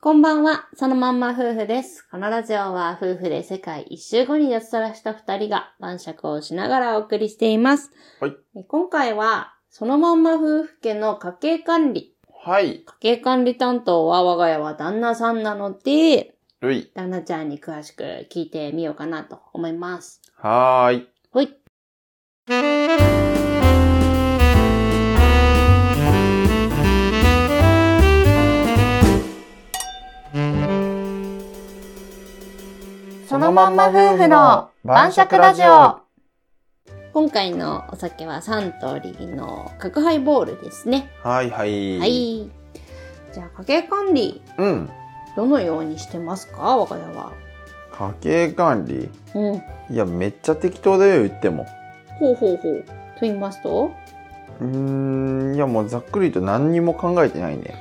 こんばんは、そのまんま夫婦です。このラジオは夫婦で世界一周後に脱サラした二人が晩酌をしながらお送りしています。はいえ。今回は、そのまんま夫婦家の家計管理。はい。家計管理担当は我が家は旦那さんなので、るい。旦那ちゃんに詳しく聞いてみようかなと思います。はーい。ほい。そのまんま夫婦の晩酌ラジオ。今回のお酒はサントリーの角ハイボールですね。はいはい。は。い。じゃあ、家計管理、うん。どのようにしてますか我が家は。家計管理うん。いや、めっちゃ適当だよ、言っても。ほうほうほう。と言いますとうーん、いや、もうざっくりと何にも考えてないね。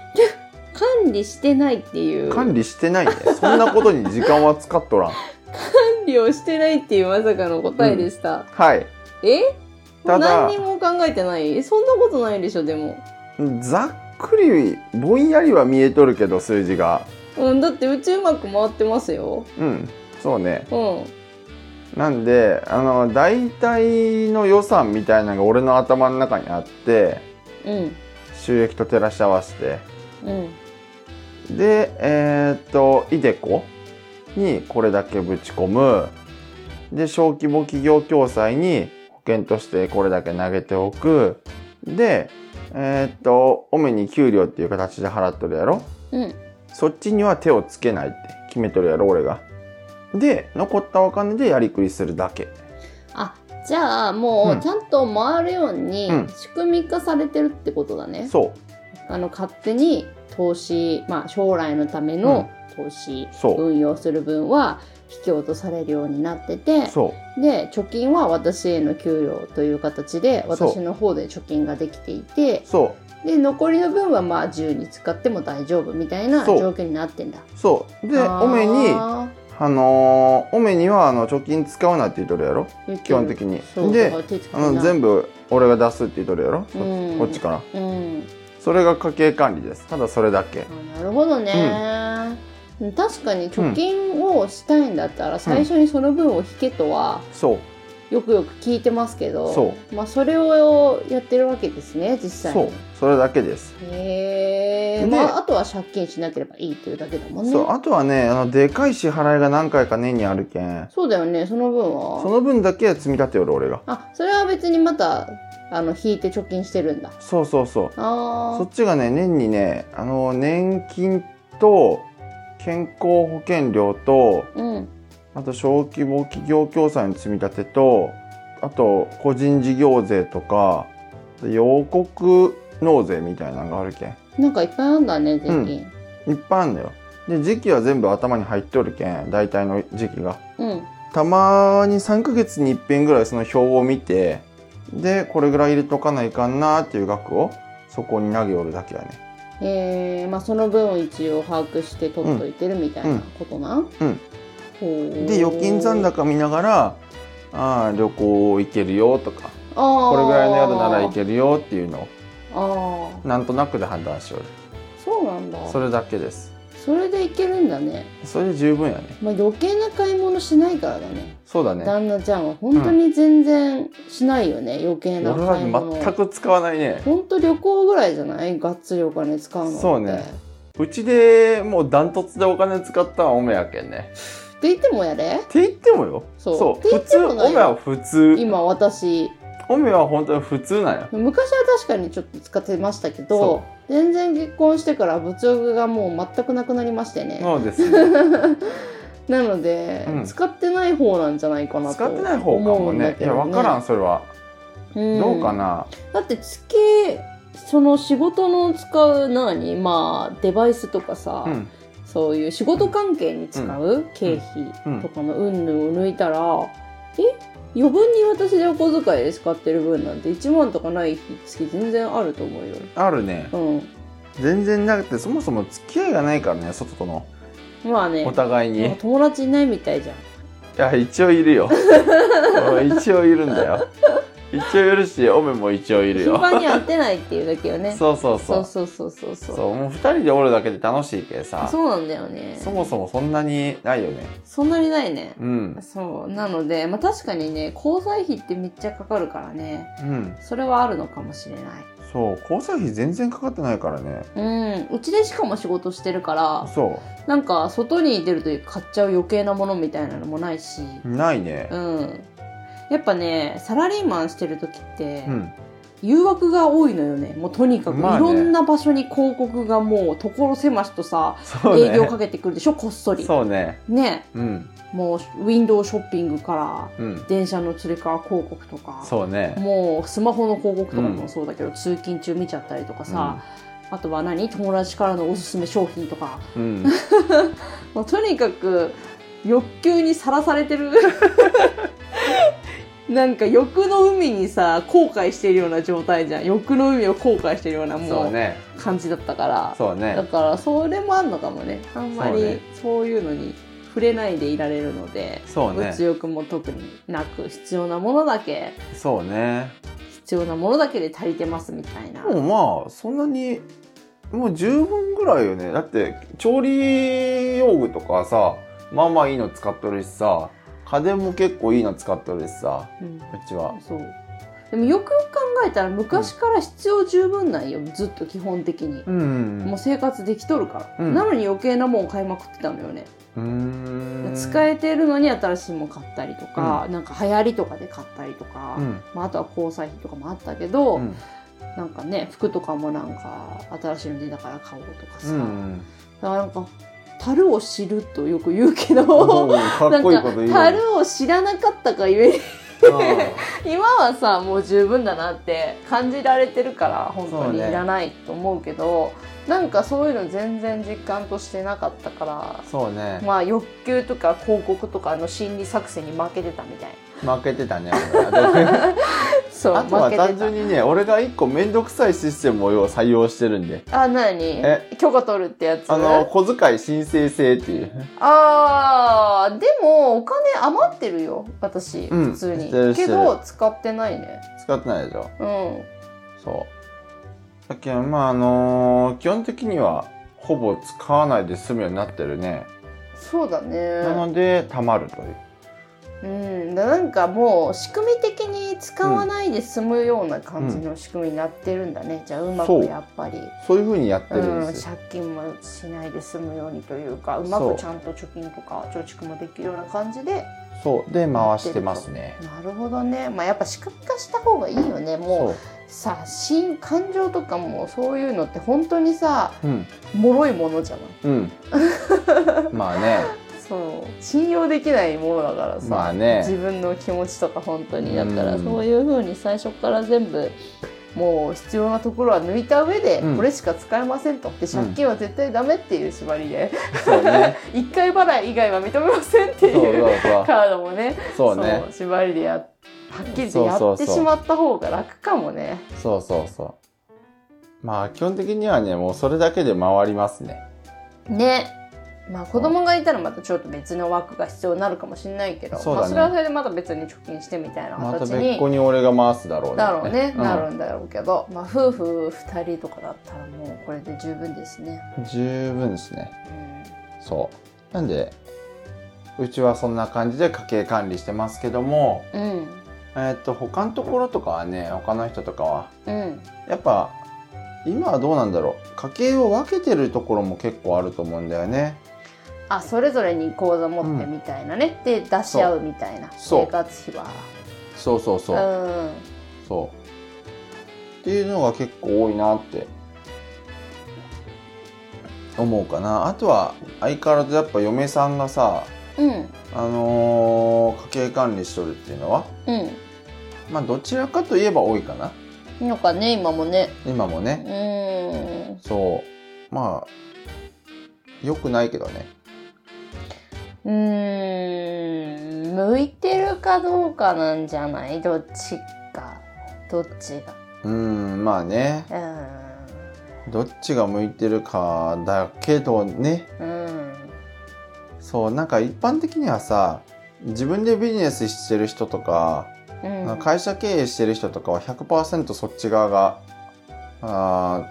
管理してないっていう。管理し てないね。そんなことに時間は使っとらん。管理をしてないっていうまさかの答えでした。はい。えただ何にも考えてないそんなことないでしょ、でも。ざっくり、ぼんやりは見えとるけど、数字が。うん、だってうちうまく回ってますよ。うん。そうね。うん。なんで、あの、大体の予算みたいなのが俺の頭の中にあって、うん。収益と照らし合わせて。うん。でえーっとイデコにこれだけぶち込むで小規模企業共済に保険としてこれだけ投げておくでえーっと主に給料っていう形で払っとるやろうん。そっちには手をつけないって決めとるやろ俺がで残ったお金でやりくりするだけあ、じゃあもううんちゃんと回るようにうん仕組み化されてるってことだね。そあの勝手に投資、まあ将来のための投資、うそう運用する分は引き落とされるようになってて、そで貯金は私への給料という形でそう私の方で貯金ができていてうそで残りの分はまあ自由に使っても大丈夫みたいなそう状況になってんだうそうであーオメにあのーオメにはあの貯金使うなって言っとるやろ言ってる基本的にそうでだから手つけあの部全部俺が出すって言っとるやろ、そうんこっちかうらんそれが家計管理ですただそれだけあなるほどね、確かに貯金をしたいんだったら最初にその分を引けとはそうよくよく聞いてますけどそまあ、それをやってるわけですね実際にそうそれだけです、へえ、でまあ、あとは借金しなければいいというだけだもんねそうあとはねあのでかい支払いが何回か年にあるけんそうだよねその分はその分だけ積み立てよる俺があそれは別にまたあの引いて貯金してるんだそうそうそうあそっちがね年にねあの年金と健康保険料とあうんあと小規模企業共済の積み立てとあと個人事業税とか洋国納税みたいなのがあるけんなんかいっぱいあんだね税金いっぱいあるんだよで時期は全部頭に入っとるけん大体の時期がうん、たまに3ヶ月に一遍ぐらいその表を見てでこれぐらい入れとかないかんなーっていう額をそこに投げおるだけやねえーまあ、その分を一応把握して取っといてるみたいなことなん、うんほうで預金残高見ながらあー旅行行けるよとかここれぐらいの宿なら行けるよっていうのをああなんとなくで判断しよるそうなんだそそれだけですれでいけるんだね、それで十分やねまあ、余計な買い物しないからだねそうだね旦那ちゃんは本当に全然しないよね、余計俺な買い物は全く使わないね本当旅行ぐらいじゃないがっつりお金使うのってそうねうちでもうダントツでお金使ったのはオメやけんね。って言ってもやれって言ってもよ。そうって言普って通、もオないメは普通。今私オメは本当に普通なんよ。昔は確かにちょっと使ってましたけどそ全然結婚してから物欲がもう全くなくなりましてねそうですね。なので、うん使ってない方なんじゃないかなと使ってない方か思もうんだね。いけや、どわからん、それは。うんどうかな。だって月その仕事の使う何まあデバイスとかさ、うん。そういう仕事関係に使う経費とかの云々を抜いたら、え余分に私でお小遣いで使ってる分なんて1万とかない月全然あると思うよ。あるね。う全然なくて、そもそも付き合いがないからね、外との。ん。まあねお、互いに。なんかい友達いないみたいじゃん。 や、一応いるよ。俺一応いるんだよ。一応いるし、オメも一応いる頻よ。繁に会ってないっていうだけよね。 そうそうそそうう。そうそうそうそう。そう、もう二人でおるだけで楽しいけさ。そうなんだよね。そもそもそんなにないよね。そんなにないね。うん。そう。なので、まあ確かにね、交際費ってめっちゃかかるからね。うん。それはあるのかもしれない。そう、交際費全然かかってないからね。うん。うちでしかも仕事してるから、そなんか外に出ると買っちゃう余計なものみたいなのもないし。う。ないねう。ん。やっぱね、サラリーマンしてる時って、うん。誘惑が多いのよね。もうとにかくいまあねろんな場所に広告がもう所狭しとさ、そうね。営業かけてくるでしょ、こっそり。そうね。ね。うん。もうウィンドウショッピングから、うん。電車のつり革広告とかそうね。もうスマホの広告とかもそうだけど、通勤中見ちゃったりとかさ、あとは何友達からのおすすめ商品とかうん。もうとにかく欲求にさらされてる なんか欲の海にさ後悔しているような状態じゃん欲の海を後悔しているようなそもううね。感じだったから、そうだね。からそれもあんのかもねあんまそうねりそういうのに触れないでいられるので。そうね。物欲も特になく必要なものだけそうね。必要なものだけで足りてますみたいな、でもまあ、そんなに、もう十分ぐらいよね。だって、調理用具とかさ、まあまあいいの使っとるしさ、家電も結構いいの使っとるしさ、うんうちは。そうでもよくよく考えたら昔から必要十分なんよずっと基本的に、うんうんもう生活できとるから、うんなのに余計なもん買いまくってたのよね、うん。うーん。使えてるのに新しいもん買ったりとか、なんか流行りとかで買ったりとか、うん。まあ、あとは交際費とかもあったけど、うんなんかね服とかもなんか新しいの出たから買おうとかさ、うん。だからなんか樽を知るとよく言うけどおーかっこいいこと言うなんかね。樽を知らなかったかゆえに今はさもう十分だなって感じられてるから本当にいそうねらないと思うけどなんかそういうの全然実感としてなかったからうん。そうね。まあ欲求とか広告とかの心理作戦に負けてたみたい負けてたね。俺はなそうあとは負けて単純たにね、俺が一個めんどくさいシステムを採用してるんで。あ何え許可取るってやつあの、小遣い申請制っていう。あーでもお金余ってるよ私、うん普通にしてるしてけるど使ってないね使ってないでしょ。うんそう。だけど、まあ、あのー基本的には、ほぼ使わないで済むようになってるね。そうだねなので、貯まるという。うん、だなんかもう仕組み的に使わないで済むような感じの仕組みになってるんだね、じゃあうまくそうやっぱりう、そういうふうにやってるんん、ですよ。借金もしないで済むようにというかうまそうくちゃんと貯金とか貯蓄もできるような感じでそう。で、回してますね。なるほどね、まあ、やっぱ仕組み化した方がいいよねもうそさ新感情とかもそういうのって本当にさう。うん。脆いものじゃないうん。 まあね。そう信用できないものだからさ、まあね自分の気持ちとか本当にだからうんそういうふうに最初から全部もう必要なところは抜いた上で、うんこれしか使えませんとで借金は絶対ダメっていう縛りで、 そうね。一回払い以外は認めませんってそういうそうそう。カードもねそうね。縛りでやはっきりとやそうっそてうそうしまった方が楽かもねそうそうそう。まあ、基本的にはね、もうそれだけで回りますね。ねまあ子供がいたらまたちょっと別の枠が必要になるかもしれないけどそうだまあ、ねそれはそれでまた別に貯金してみたいなまた形別に個に俺が回すだろうね。だろうね、うんなるんだろうけど、まあ、夫婦2人とかだったらもうこれで十分ですね、十分ですね。うん、そう。なんで、うちはそんな感じで家計管理してますけども、うんえーっと、他のところとかはね、他の人とかは、うんやっぱ、今はどうなんだろう。家計を分けてるところも結構あると思うんだよね。あそれぞれに口座持ってみたいなね、で出し合うみたいなそう生活費はそうそうそうう。んそう。っていうのが結構多いなって思うかな。あとは相変わらずやっぱ嫁さんがさ、うんあのー家計管理しとるっていうのは、うまあどちらかといえば多いかな。んなんかね今もね今もね。うんそう。まあ、良くないけどね。うーん向いてるかどうかなんじゃないどっちかどっちうーん、まあね。がどっちが向いてるかだけどね。うんうんそう、なんか一般的にはさ、自分でビジネスしてる人とか、うん会社経営してる人とかは100%そっち側があ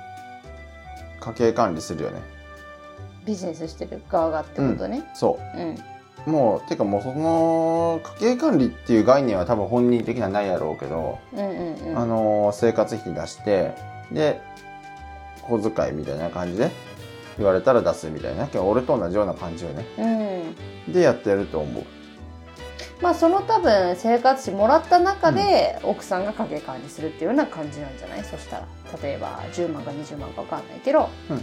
ー家計管理するよねビジネスしてる側がってことね。そうん。うもうてかもうその家計管理っていう概念は多分本人的にはないやろうけど、うんうんうん。あのー生活費出してで小遣いみたいな感じで言われたら出すみたいなけど俺と同じような感じよねうん。でやってると思うまあその多分生活費もらった中で奥さんが家計管理するっていうような感じなんじゃない、そしたら例えば10万か20万か分かんないけど、うん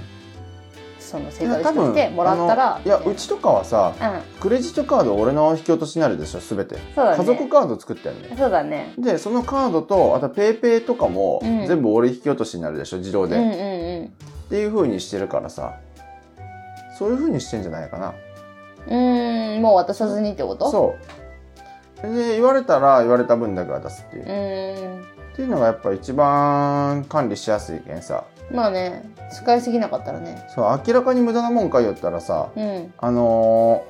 その生活費としてもらったらいやみたうちとかはさいなうんクレジットカード俺の引き落としになるでしょ全てそうだね家族カード作ってんねそうだねでそのカードとあとペイペイとかもうん全部俺引き落としになるでしょ自動うんで、うんっうんていう風にしてるからさそういう風にしてんじゃないかなうーんもう渡さずにってことそうで言われたら言われた分だけ渡すっていう、うーんっていうのがやっぱ一番管理しやすいけんさまあね使いすぎなかったらねそう明らかに無駄なもんかいよったらさうんあの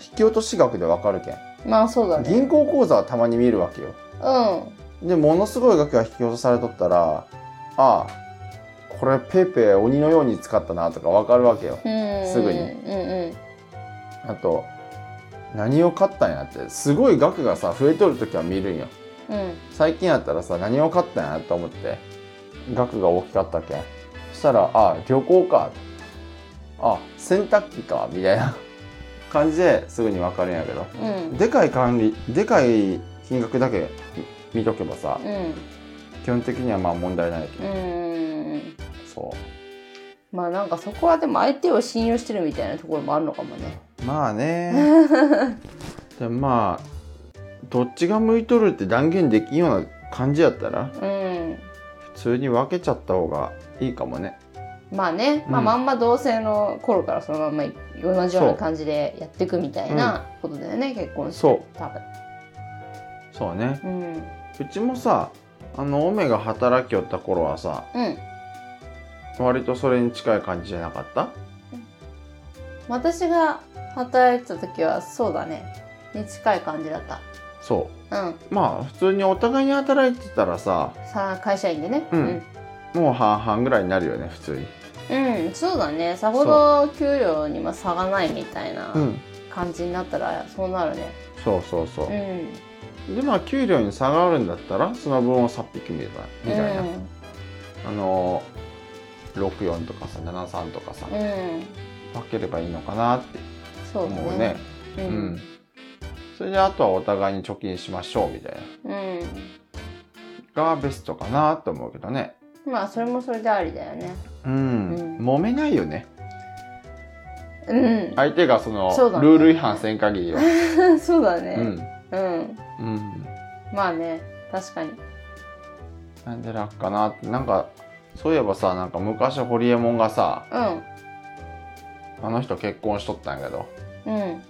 ー引き落とし額でわかるけんまあそうだね銀行口座はたまに見るわけようんでものすごい額が引き落とされとったらああこれペイペイ鬼のように使ったなとかわかるわけようんすぐにうんあと何を買ったんやってすごい額がさ増えとる時は見るんようんうん最近やったらさ何を買ったんやと思って額が大きかったけんそしたらあ旅行かあ洗濯機かみたいな感じですぐにわかるんやけどうんでかい管理でかい金額だけ見見とけばさうん基本的にはまあ問題ないけうどーんそうまあなんかそこはでも相手を信用してるみたいなところもあるのかもね。まあ ねでもまあどっちが向いとるって断言できんような感じやったうら普通に分けちゃった方がいいかもねん。まあね、うんまあまんま同性の頃からそのまんま同じような感じでやっていくみたいなことだよね、結婚して。そ多分。そうねうん。うちもさあのオメが働きよった頃はさうん。割とそれに近い感じじゃなかった私が働いてた時はそうだね。に近い感じだった。そうん。うまあ普通にお互いに働いてたらささあ会社員でね。うんもう半々ぐらいになるよね普通にうん。うんそうだね。さほど給料にも差がないみたいなうん感じになったらそうなるね。そうそうそうう、ん。でまあ給料に差があるんだったらその分をさっぴき見ればみたいな、うんあの64とかさ73とかさう分ん。ければいいのかなってそうだ思うねね。ううんん。それであとはお互いに貯金しましょうみたいうん。ながベストかなと思うけどねまあそれもそれでありだよね。うん、うん揉めないよねうん。相手がそのそうだねルール違反せん限りはそうだうね、んうん。うんまあね、確かに。なんで楽かなってなんかそういえばさなんか昔ホリエモンがさあの人結婚しとったんやけどうん。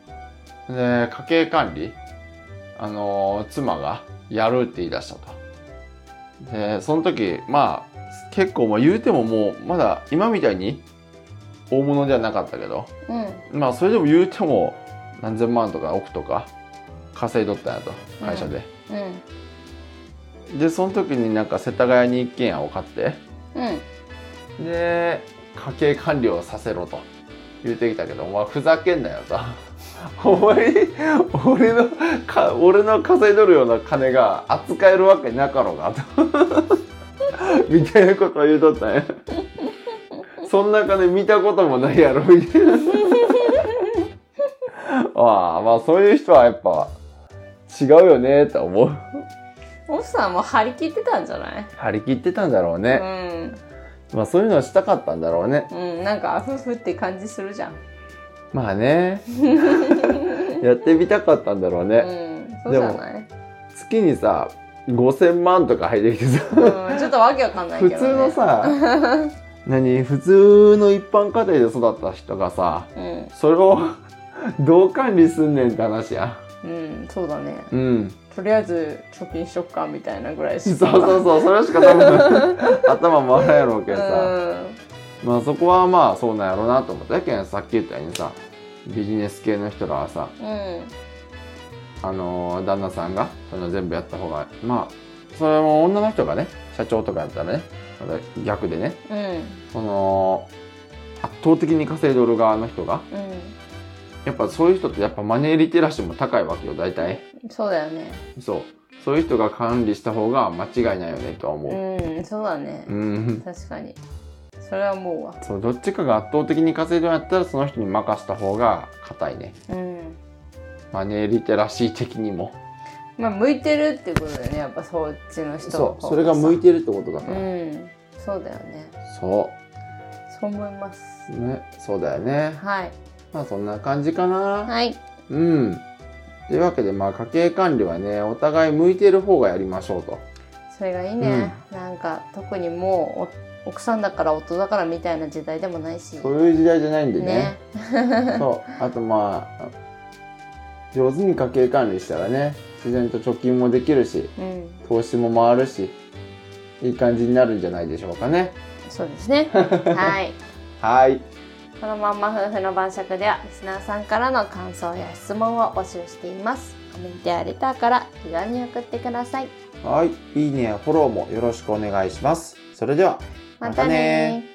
うん。で家計管理あのー妻がやるって言い出したとでその時まあ結構まあ言うてももうまだ今みたいに大物ではなかったけどうん。まあそれでも言うても何千万とか億とか稼いどったんやと会社で、うん。でその時になんか世田谷に一軒家を買ってうん。で家計管理をさせろと言ってきたけどお前ふざけんなよと お前に俺のか俺の稼いどるような金が扱えるわけなかろうがと みたいなことを言うとったんや そんな金見たこともないやろみたいな ああまあそういう人はやっぱ違うよねと思う奥さんも張り切ってたんじゃない張り切ってたんだろうね、うん。まあそういうのはしたかったんだろうねうん。なんか、夫婦って感じするじゃん。まあね やってみたかったんだろううね、ん。そうじゃない月にさ5,000万とか入ってきてさ、うん。ちょっとわけわ かんないけ普ど、ね。通の。さ 何普通の一般家庭で育った人がさうん。それを どう管理すんねんって話やうん。そうだね。うんとりあえず貯金しよっかみたいなぐらいしそうそうそうそれしか 多分頭回らんやろうけうんさ、まあそこはまあそうなんやろうなと思ったやけんさっき言ったようにさビジネス系の人らはさうん。あの旦那さんがそういうの全部やった方がまあそれも女の人がね社長とかやったらねまた逆でねうんその圧倒的に稼いどる側の人がうやっぱそういう人ってやっぱマネーリテラシーも高いわけよ大体んそうだよねそうそういう人が管理した方が間違いないよねとは思ううんそうだねうん確かにそれは思うわそうどっちかが圧倒的に稼いでるんやったらその人に任せた方が硬いねうんマネーリテラシー的にもまあ向いてるってことだよねやっぱそっちの人そうそれが向いてるってことだかうら、んそうだよねそそう思いますうねそうだよねはいまあそんな感じかな、はいうんというわけでまあ家計管理はねお互い向いてる方がやりましょうとそれがいいね、なんか特にもうお奥さんだから夫だからみたいな時代でもないしそういう時代じゃないんでねねそうあとまあ上手に家計管理したらね自然と貯金もできるしうん投資も回るしいい感じになるんじゃないでしょうかねそうです ねはいはいこのまんま夫婦の晩酌ではリスナーさんからの感想や質問を募集していますコメントやレターから気軽に送ってくださいはいいいねやフォローもよろしくお願いしますそれではまたねまたね